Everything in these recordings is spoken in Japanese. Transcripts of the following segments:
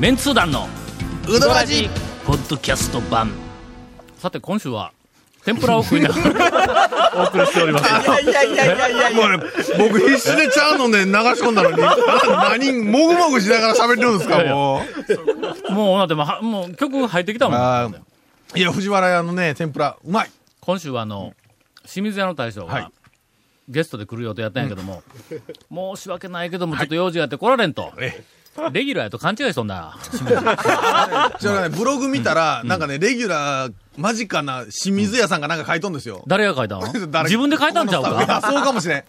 メンツー団のうどらじポッドキャスト版さて今週は天ぷらを食いながらお送りしておりますいやいやいやいやいやいもやうね、僕必死で茶飲んで流し込んだのに、な何、もぐもぐしながら喋ってるんですか、も もうなってもはもう曲入ってきたう。もんあーいや、藤原屋のね、天ぷら、うまい。今週はあの清水屋の大将が、はいゲストで来る予定やったんやけど も、申し訳ないけどもちょっと用事があって来られんと、えレギュラーやと勘違いしとんなじゃあね、ブログ見たら、なんかね、レギュラー間近な清水屋さんがなんか書いとんですよ。 誰が書いたの誰自分で書いたんちゃうこのスタッかフいやそうかもしれん。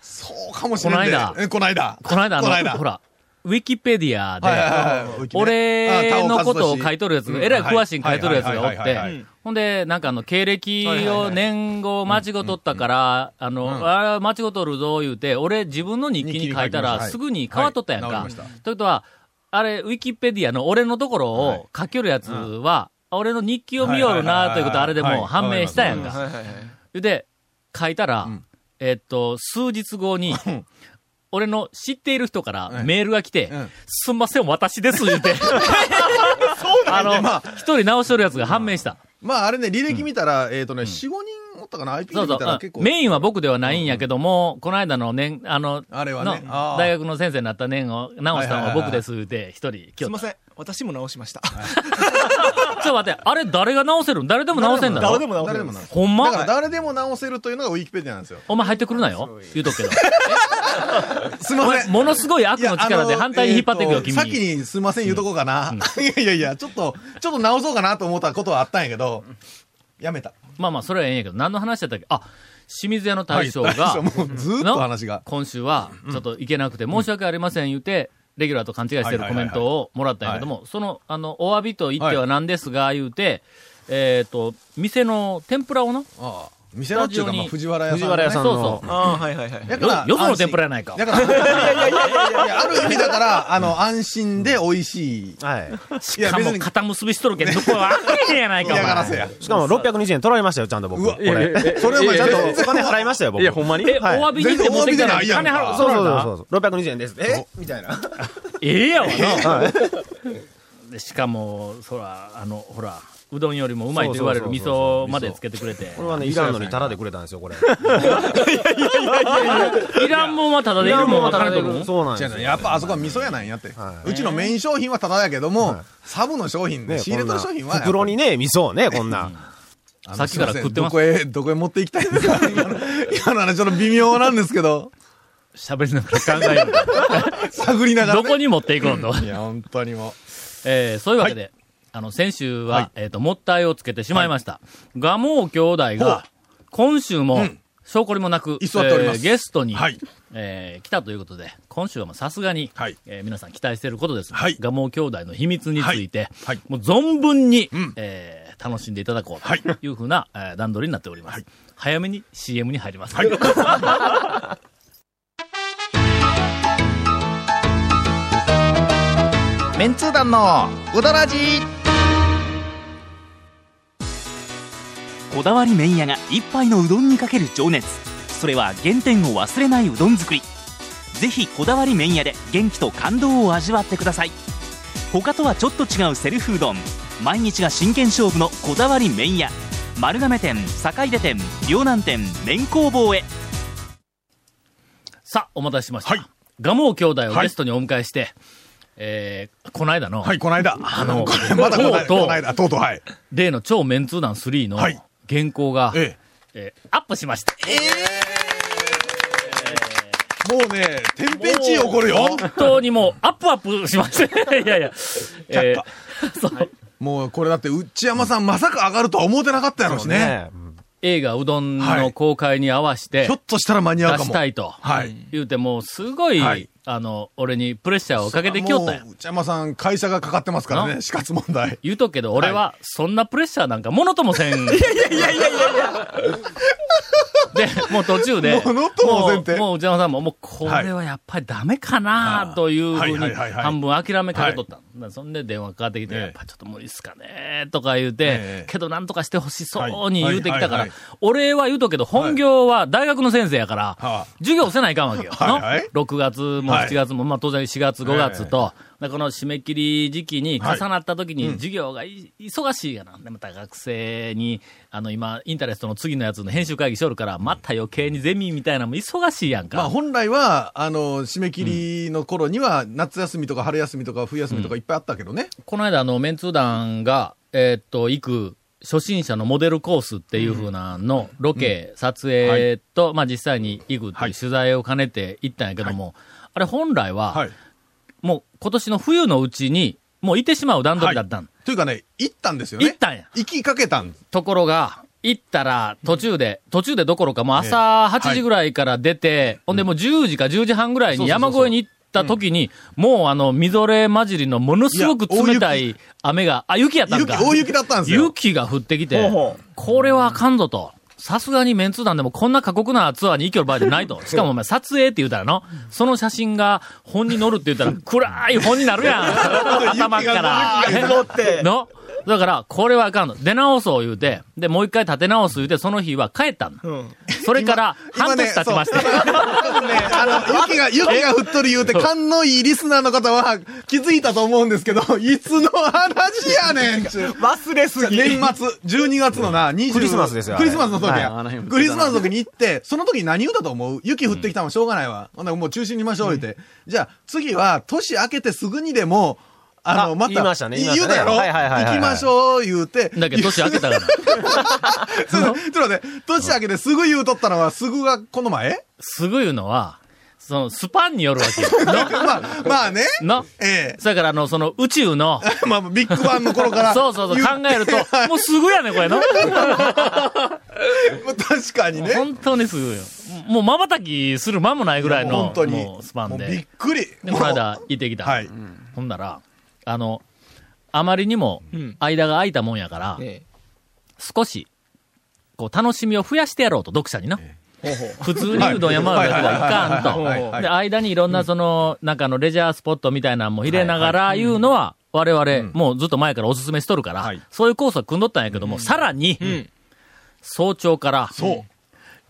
そうかもしれんで。こないだえこないだ。この間あのこないだほ。らウィキペディアで、はいはいはい。俺のことを書いとるやつ、えらい詳しいに書いとるやつがおはいっはいはいはいはいて、ほんで、なんかあの、経歴はいはいはをい年号間違っとったから、あの、あー間違っとるぞ言うて、俺自分の日記に書いた日記に書きましら、たすぐに変わっとったやんはいかはい直りま。ということは、あれ、ウィキペディアの俺のところはをい書けるやつは、俺の日記を見よるはいなはいはいはいということはあれでもう判明したやんはか。いはいはいで、書いたら、えっと、数日後に、俺の知っている人からメールが来て、うんすんません、私です、言うて。あの、一、まあ人直しとるやつが判明した。まああれね、履歴見たら、えっとね、4、5人おったかな、IP でそう見そうたら結構。うんメインは僕ではないんやけども、この間の年、あの、あれはねのあー大学の先生になった年を直したのは僕です、言うて、一人、すい今ま 日。せん私も直しましたちょっと待って、あれ誰が直せるん誰でも直せんだろ誰でも直せる誰でも直せるほんだからま誰でも直せるというのがウィキペディアなんですよ。お前入ってくるなよ言うとくけど。すいおま前、せん。ものすごい悪いやの力で反対に引っ張っていくあよ、の君。えーと先にすいません言うとこうかな。いやいやいや、ちょっと、ちょっと直そうかなと思ったことはあったんやけど、やめた。まあまあ、それはええんやけど、何の話やったっけあ、清水屋の大将が、はい大将もうずーっと話がの。今週は、ちょっと行けなくて申し訳ありません言うて、レギュラーと勘違いしてるコメントをもらったんやけども、その、あの、お詫びと言ってはなんですが、言うて、えっと、店の天ぷらをの、ああ店のっていうか、まあ、藤原屋さん、ね。さんの。そうそう。ああはいはいはいだよからよその安心天ぷらやないかだから、いやいやいやいや、ある意味だから、あの、安心で美味しい。はい。いしやか別も、に肩結びしとるけど、そこはあかんやないか、お嫌がら前。せや。しかも620円取られましたよ、ちゃんと僕。うわこれ。それお前ちゃんと、お金払いましたよ、僕。いや、ほんまにえ、おはい詫びにって持ってきたのに金全然お詫びじゃないやん払かう、そうらそうなそうそう。620円です。えみたいな。ええやわはな。しかも、そら、あの、ほら、うどんよりもうまいと言われる味そうそうそうそ噌うまでつけてくれて。これはね、いらんのにタダでくれたんですよ、これ。いらんもんはただでいるもんはただでいるもん。そうなん違でうす違よう。やっぱあそこは味噌やないんやって、はうちのメイン商品はただやけども、サブの商品で、ね仕入れとる商品はやっぱり袋にね、味噌をね、こんあな。のさっきからいせん食ってますどこへ、 どこへ持っていきたいですか今の今の話、ちょっと微妙なんですけど、喋りながら考 探りなえる。がどら、ね。こに持っていこうと。いや、本当にもえー、そういうわけで、あの、先週は、えっ、と、もったいをつけてしまいました。蒲生兄弟ほうが、今週も、証拠りもなく、居座っておりますえーゲストに、はいえー来たということで、今週はもうさすがに、はいえー皆さん期待していることですので、はい蒲生兄弟の秘密について、はいはいもう存分に、んえー楽しんでいただこはいうというふうな、えー段取りになっております。はい早めに CM に入ります。はいメンツー団のうどらじこだわり麺屋が一杯のうどんにかける情熱それは原点を忘れないうどん作りぜひこだわり麺屋で元気と感動を味わってください他とはちょっと違うセルフうどん毎日が真剣勝負のこだわり麺屋丸亀店坂出店両南店麺工房へさあ、お待たせしました。はい蒲生兄弟をゲストにお迎えして、えー、この間の、う。はい、この間。あの、まだこの間、とこうとのう、間、とうとう、はい。例の超メンツー団3のはい原稿が、ええーアップしました。え。もうね、天変地異起こるよ。本当にもう、アップアップしま した。いやいや。えーそう。もうこれだって、内山さんまさか上がるとは思ってなかったやろうしね。ね。うん映画うどんはのい公開に合わせてひょ、っとしたら間に合う出かしも。たいと。はい。言うて、もうすごい、はいあの、俺にプレッシャーをかけてきよったんやもう内山さん、会社がかかってますからなね、死活問題。言うとくけど、俺は、そんなプレッシャーなんかものともせ ん。いやいやいやいやいや。で、もう途中で、ものともせんてもう、もう内山さんも、もう、これはやっぱりダメかはな、いというふうにはいはいはいはい、半分諦めかけとったの。だからそんで電話かかってきて、ええやっぱちょっと無理っすかね、とか言うえてえ、けどなんとかしてほしそうに言うてきたかはらいはいはいは、俺は言うとくけど、本業は大学の先生やからはあ、授業せないかんわけよ。はいはいの6月もはい7月も、まあ当然4月5月と、だからこの締め切り時期に重なった時にうん授業がい忙しいがな。で、また学生に、あの今、インタレストの次のやつの編集会議しとるから、また余計にゼミみたいなのも忙しいやんか。まあ本来は、あの、締め切りの頃には、夏休みとか春休みとか冬休みとかいっぱいあったけどね。この間、あの、メンツー団が、えーっと、行く、初心者のモデルコースっていう風なの、ロケ、撮影と、まあ実際に行くってはいいう取材を兼ねて行ったんやけども、あれ本来は、はい。もう今年の冬のうちに、もう行ってしまう段取りだったん。というかね、行ったんですよね。行ったんや。行きかけたん。ところが、行ったら、途中で、途中でどころか、もう朝8時ぐらいから出て、ほんでもう10時か10時半ぐらいに山越えに行った時に、もうあの、みぞれ混じりのものすごく冷たい雨が、あ、雪やったん雪、か。大雪だったんですよ。雪が降ってきて、これはあかんぞと。さすがにメンツー団でもこんな過酷なツアーに行ける場合じゃないと。しかもお前撮影って言うたらの、その写真が本に載るって言ったら暗い本になるやん。 頭から。 のだから、これはあかんの。出直そう言うて、で、もう一回立て直す言うて、その日は帰ったんだ。それから、半年経ちまして。そう ね、あ の、雪が、雪が降っとる言うて、勘のいいリスナーの方は気づいたと思うん ですけど、いつの話やねんちゅう忘れすぎ。年末、12月のな、20クリスマスですよあクれリスマスの時や。はいクリスマスの時に行って、その時に何言うたと思う雪降ってきたのはしょうがないわ。ほんならもう中止にしましょう言うて。じゃあ、次は、年明けてすぐにでも、あの、あまた、言いましたね言いましたね言うたやろはいはいはいはい行きましょう言うて。 だけど、年明けたから。ちょっとちょっと待って、年明けてすぐ言うとったのは、すぐがこの前すぐ言うのは、その、スパンによるわけよ。 まあ、まあね。の。 ええだから、あの、その、宇宙の、まあ、ビッグバンの頃か ら。そうそうそう、考え ると、もうすぐやね、これの。言う確かにね。本当にすぐよ。もう瞬きする間もないぐらいの、本当に。もうスパンもうびっで。くり。で、この間行ってきた。はい。ほんなら、あの、あまりにも、間が空いたもんやから、少し、こう、楽しみを増やしてやろうと、読者にな。普通にうどん山まではいかはいはいはいんはと。いで、間にいろんなその、なんかあのレジャースポットみたいなのも入れながらいうのは、我々、もうずっと前からお勧めしとるからはい、そういうコースは組んどったんやけども、さらに、早朝から、そう。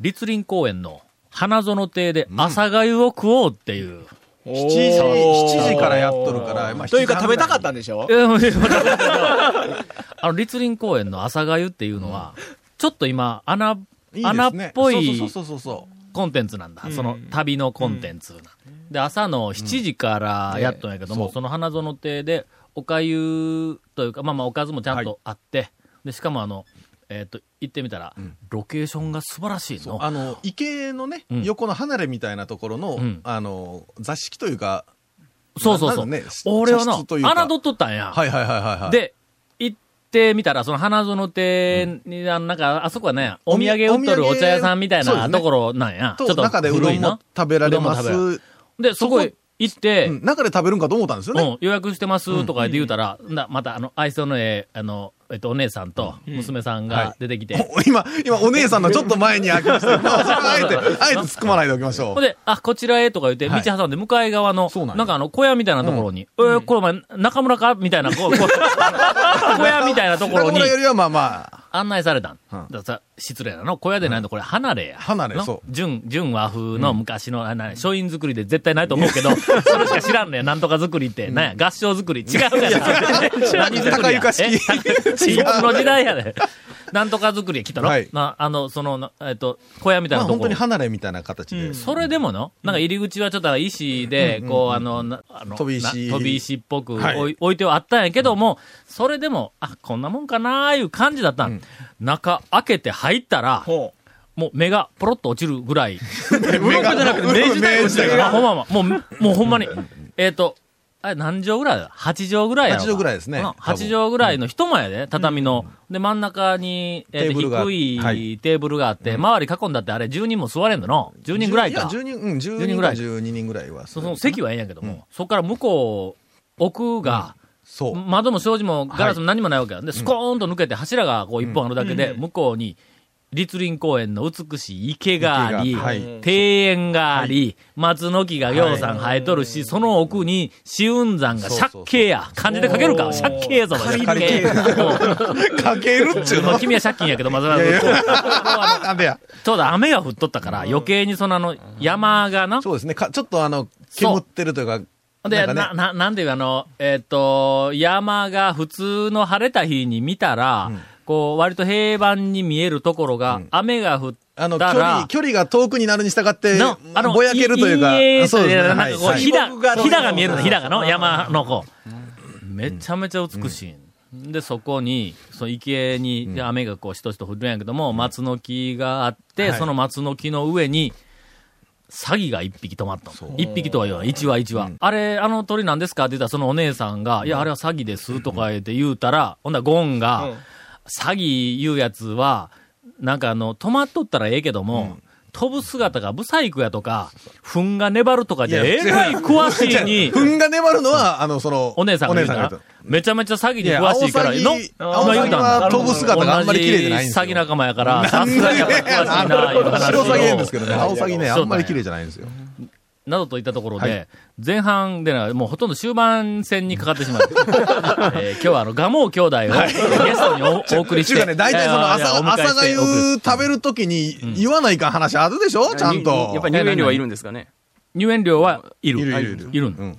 立林公園の花園亭で朝粥を食おうっていう。 7時、7時からやっとるから、まあ、というか食べたかっったんでしょいやもういやまた あの、立林公園の朝粥っていうのは、ちょっと今、穴、穴っぽいそうそうそうそう。コンテンツなんだ。その旅のコンテンツなんだで、朝の7時からやっとんやけども、その花園亭で、おかゆというか、まあまあおかずもちゃんとあって、で、しかもあの、えっ、と、行ってみたら、ロケーションが素晴らしいそうの。あの、池のね、うん横の離れみたいなところの、うんあの、座敷というか、そうそうそう。なんかね俺はな、茶室というか侮っとったんや。はいはいはいはいはい。、で、行ってみたら、その花園亭に、あのなんか、あそこはね、お土産売っとるお土産お茶屋さんみたいそうでなすねところなんや。ちょと、っと中でうど古いんもな。食べられまうす。どんもうで、そこへ行って、ん、中で食べるんかと思ったんですよね。うん、予約してますとか言って言うたら、なまた、あの、愛想のええ、あの、えっと、お姉さんと娘さんが出てきて、お今、今、お姉さんのちょっと前に開き ましたけど、まあ、それはあえて、あえて突っ込まないでおきましょほんで、あ、こちらへとか言って、はい道挟んで向かい側の、そうなんなやんかあの、小屋みたいなところに、えーこれお前、中村かみたいな、 こうこう小屋みたいなとう。ころに中村よりはまあまあ、案内されたん。うだんからさ失礼なの。小屋でないの、これ離れや。離れのそう純、純和風の昔の、あな書院作りで絶対ないと思うけど、それしか知らんねん。なんとか作りって。なんや、合唱作り。違うやん。 何作りや高床式え新聞の時代やで。なんとか作りや来たろ、はいまあ、あの、その、なえっと、小屋みたい なまあとこ本当に離れみたいな形で。それでもの、なんか入り口はちょっと石で、こう、あの、なあの飛び石な飛び石っぽくはい置い置いてはあったんやけども、それでも、あ、こんなもんかなーいう感じだったん。中開けて入ったら、ほもう目がポロッと落ちるぐら い。目が、じゃなくて、目自体あほんまほんまもう、もうほんまに、えっ、と、あれ何畳ぐらいだ ?8 畳ぐらいやろ8畳ぐらいですねうん多分8畳ぐらいの一間やで、畳の。で、真ん中に、えっ、テーブルがと、低い、はいテーブルがあって、周り囲んだってあれ10人も座れんのの ?10 人ぐらいか。 10人、うん、 10 10人人ぐぐららいい。12人ぐらいは。その席はええんやけども、そこから向こう、奥が、そう。窓も障子もガラスも何もないわけや。で、スコーンと抜けて柱がこう一本あるだけで、向こうに、立林公園の美しい池があり、池がはい庭園があり、松の木がぎょうさん生えとるし、その奥に、紫雲山が借景や。漢字で書けるか借景やぞ、借景。かけるっちゅうものう。君は借金やけど、まずは、なんでや。ちょうど雨が降っとったから、余計にそのあの、山がな、そうですね。かちょっとあの、煙ってるというか、で、ななんかねな、なんていうかあの、えっ、と、山が普通の晴れた日に見たら、こう、割と平凡に見えるところが、雨が降っあたの、距ら離、、距離が遠くになるに従っての、あの、ぼやけるというか陰影、そうですね。なんかこう、 ひだ、水墨画のひだが見えるの、ひだがの、山のこう。めちゃめちゃ美しい。で、そこに、その池に、で雨がこう、しとしと降るんやけども、松の木があって、はいその松の木の上に、サギが一匹止まったの。一匹とは言わない。一羽一羽。あれ、あの鳥なんですかって言ったら、そのお姉さんが、いや、あれは詐欺ですとか言って言うたら、ほんならゴンが、詐欺言うやつは、なんかあの、止まっとったらええけども、飛ぶ姿がブサイクやとか、糞が粘るとかで、いえやらい詳しい に、ふんが粘るのは、あの、その、お姉さんが言うたがら、めちゃめちゃ詐欺に詳しいから、いやの青詐欺青詐欺は飛ぶ姿があんまり綺麗じゃ ないんです同よじ詐欺仲間やから、さすが にやっぱり詳しいな、いう話白を鷺言うんですけどね、いやいや 青鷺ね、そうだねあんまり綺麗じゃないんですよ。などといったところで、はい前半でな、もうほとんど終盤戦にかかってし まう。えー今日はあの、ガモー兄弟をゲストにおお送りして。ちゅうかね、大体そのえー朝、お迎え朝してがゆお送り食べるときに言わないかん話あるでしょちゃんと。やっぱり入園料はいるんですかね。入園料はいる。いるいるいるいるうんん。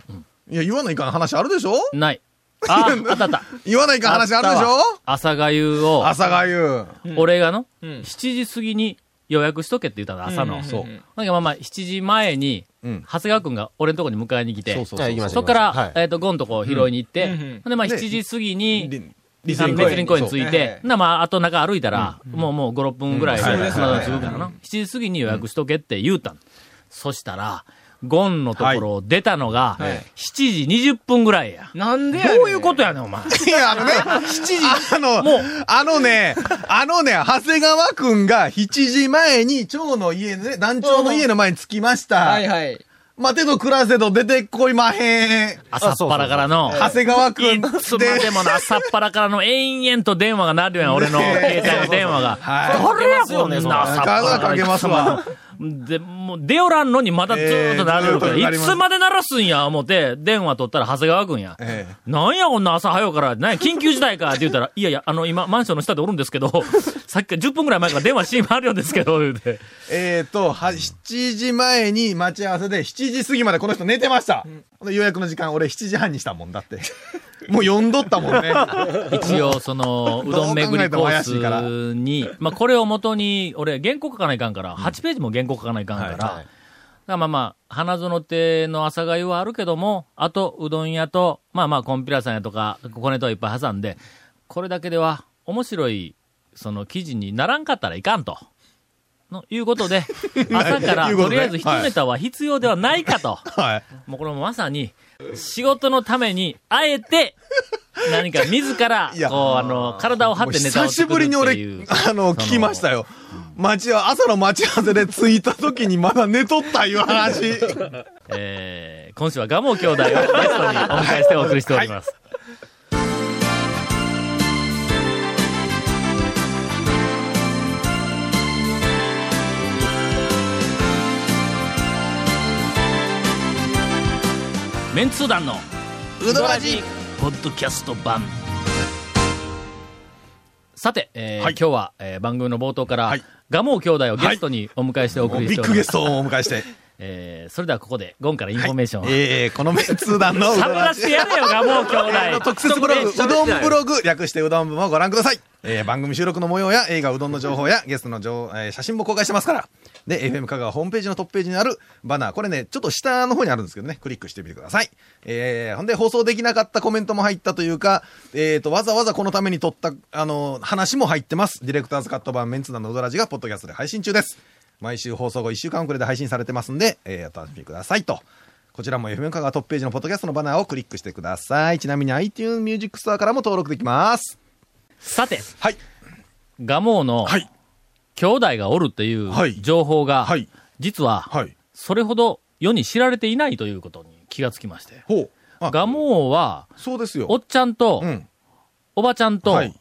いや、言わないかん話あるでしょ ない。あ、あったあった。言わないかん話あるでしょ朝がゆを、朝がゆ。俺がの、ん7時過ぎに予約しとけって言ったの、朝の。そうなんかまあまあ、7時前に、うん長谷川くんが俺のとこに迎えに来て、そうそうじゃあ行きましそょう。っから、はいえっ、と、ゴンとこう拾いに行って、うんうんうんほんでまあで7時過ぎに、リあのレスリング公園着いそうて、な、まあ、あと中歩いたら、もうもう5、6分ぐらい、うんはいまだ着くからな。7時過ぎに予約しとけって言うたの。そしたら、ゴンのところを出たのが、7時20分ぐらいや。なんでやどういうことやねん、お前。いや、あのね、あの、もうあのね、あのね、長谷川くんが7時前に町の家ね、団長の家の前に着きました。はいはい。待てど暮らせど出てこいまへん。朝っぱらからの。長谷川くんいつまでもの朝っぱらからの延々と電話が鳴るやん、俺の携帯の電話 が。はこれや、こんな朝っぱらからかけますわ。で、もう、出よらんのにまだずーっと鳴るかえーずーっと鳴ら、いりますつまで鳴らすんや、思って、電話取ったら長谷川くんや。ええなんや、こんな朝早うから、なんや、緊急事態かって言ったら、い やいや、あの、今、マンションの下でおるんですけど、 さっきから10分ぐらい前から電話し回るんですけ ど、言うて。えーと、は、7時前に待ち合わせで、7時過ぎまでこの人寝てました。予約の時間、俺7時半にしたもんだって。もう呼んどったも んね。一応、その、うどどうん考巡えりてコも怪しいからースに、まあ、これをもとに、俺、原稿書かないかんから、8ページも原稿書かないかんから、だからまあまあ、花園亭の朝粥はあるけども、あと、うどん屋と、まあまあ、コンピラさんやとか、ココネとはいっぱい挟んで、これだけでは、面白い、その、記事にならんかったらいかんと。のいうこと で、朝から、いうこととねりあえず一ネタは必要ではないかと。はい。もうこれもまさに、仕事のために、あえて、何か自ら い、やこう、あの、体を張もっうてネタを久し作ぶるっりにて俺いう。、あの、聞きましたよ。待ち合わ朝の待ち合わせで着いた時にまだ寝とったいう話。えー、今週はガモ兄弟をゲストにお迎えしてお送りしております。メンツー団のうどらじポッドキャスト版。さて、えー今日は、えー番組の冒頭から、はいガモー兄弟をゲストにお迎えしてお送りしビておッりまグゲす。ストをお迎えして。えーそれではここで、ゴンからインフォメーションを。ええこのメンツー団のうどサブららじしてやれよ、ガモー兄弟。特設ブログ、うどんブログ、略してうどん部もご覧ください。えー番組収録の模様や映画うどんの情報やゲストの情、えー写真も公開してますから。で、FM 香川ホームページのトップページにあるバナー、これね、ちょっと下の方にあるんですけどね、クリックしてみてください。えーほんで放送できなかったコメントも入ったというか、えっ、と、わざわざこのために撮った、あの、話も入ってます。ディレクターズカット版メンツナのうどらじが、ポッドキャストで配信中です。毎週放送後1週間遅れで配信されてますんで、えーお楽しみくださいと。こちらも FM 香川トップページのポッドキャストのバナーをクリックしてください。ちなみに iTunes Music Store からも登録できます。さて、はい。ガモーのはい兄弟がおるっていうはい情報が、はい実は、はい。それほど世に知られていないということに気がつきまして。ほう。あ、ガモーは、そうですよ。おっちゃんと、うん。おばちゃんと、はい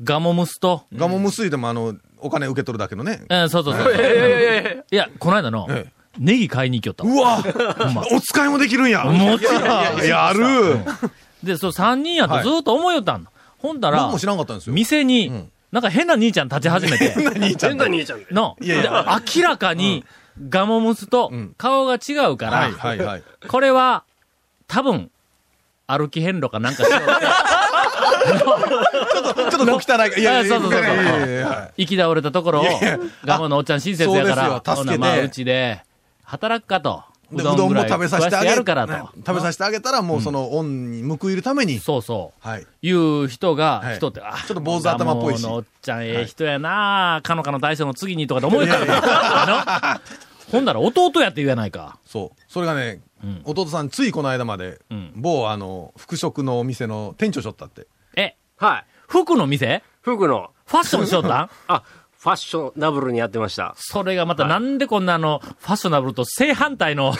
ガモムスと、ガモ無水でもあの、お金受け取るだけのね。えーそうそうそう。いや、この間のええ、ネギ買いに行きよっうわた。ほんまお使いもできるんや。もちろんややる。で、そう3人やとはいずーっと思いよったん。ほんだら僕も、知らんかったんですよ。店に、んなんか変な兄ちゃん立ち始め て、兄ちゃんと。の、いやいやで明らかに、ガモムスとうん顔が違うかはいら、 はいはい。これは、多分、歩き遍路かなんかしようってちょ っと小汚いから。いやいやいそやうそうそうそういやいやいや はい行き倒れたところをいやいや、ガモのおっちゃん親切やかそうらで、すよほん助なけてまあ、うちで、働くかと。でうどんぐもらい食べさせ食てあわげやるからねと。食べさせてあげたら、もうその恩に報いるために。そうそう。はい。いう人が、はい人って、あ、ちょっと坊主頭っぽいしガモのおっちゃん、ええ人やな、かのかの大将の次にとかで思えたのよあのほんなら弟やって言えないか。そう。それがね、ん弟さん、ついこの間まで、うん某、あの、服飾のお店の店長しょったって。え、はい。服の店服の、ファッションしよったんあ、ファッショナブルにやってました。それがまたなんでこんなあの、ファッショナブルと正反対 の、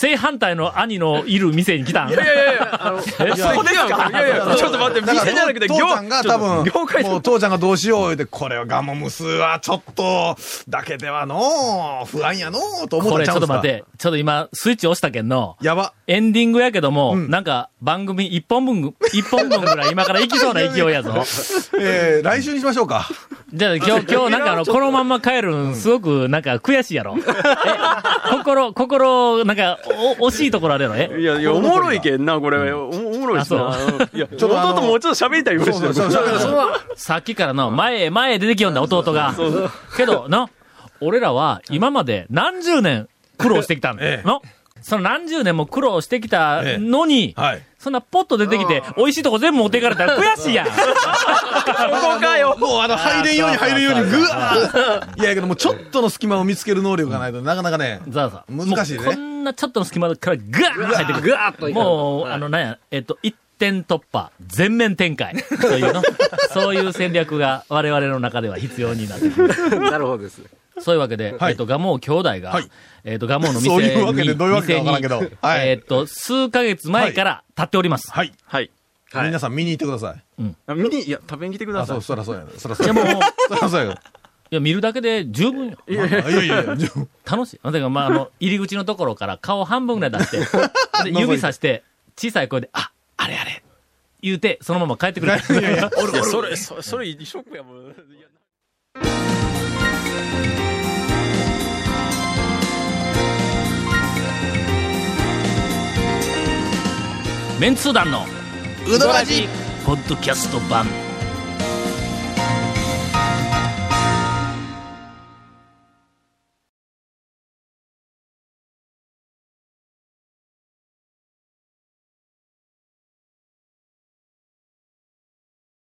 正反対の兄のいる店に来たんいやいやいや、あの、えそこですかいやいや、ちょっと待って、店じゃなくて、父ちゃんが多分、業界ものう父ちゃんがどうしよう言うて、これはガモムスはちょっと、だけではのう不安やのうと思これったんちょちゃっうとんすか待っ。て、ちょっと今、スイッチ押したけんの、やば。エンディングやけども、んなんか番組一本分ぐ、一本分ぐらい今から行きそうな勢い やぞ。えー、来週にしましょうか。じゃあ今日、今日なんかあの、このまんま帰るん、すごくなんか悔しいや ろ。え、心、心、なんか、お、惜しいところあるやろ、えいやいや、おもろいけんな、これ。おおもろいしあな。いや、ちょっとあのともうちょっと喋りたいぐらいしてる。そうそうそうそうさっきからの、前へ前へ出てきよんだ、弟が。けど、の、俺らは今まで何十年苦労してきたんだえよ。えの、その何十年も苦労してきたのに、はい。そんなポッと出てきて、美味しいとこ全部持っていかれたら悔しいやん。こかよ。もうあの、入れんように入れんように、ぐわーいや、けどもうちょっとの隙間を見つける能力がないとなかなかね、ザワさん。難しいねもうこんなちょっとの隙間からガーッ入ってくる。ガーッといかんもう、はいあの、なんや、えっと、一点突破、全面展開というの、そういう戦略が我々の中では必要になってくる。 なるほどです。そういうわけで、はいえっと、ガモー兄弟が、はいえっと、ガモーの店に、そういうわけでどういうわけかわからんけど店にはいえっと、数ヶ月前から立っております。はい。はい。はい皆さん見に行ってください。あ見に、いや、食べに来てくだあ、さそ、。いうそらそうや。そらそういや、や。もう、いそらそうや。や、見るだけで十分よ。いやいやいや、楽しい。だから、 まあ、あの、入り口のところから顔半分ぐらい出して、で覗いて指さして、小さい声で、あ、あれあれ、言うて、そのまま帰ってくる。 いやいや、いやそれ、それ、それ、ショックやもん。メンツー団のうどらじポッドキャスト版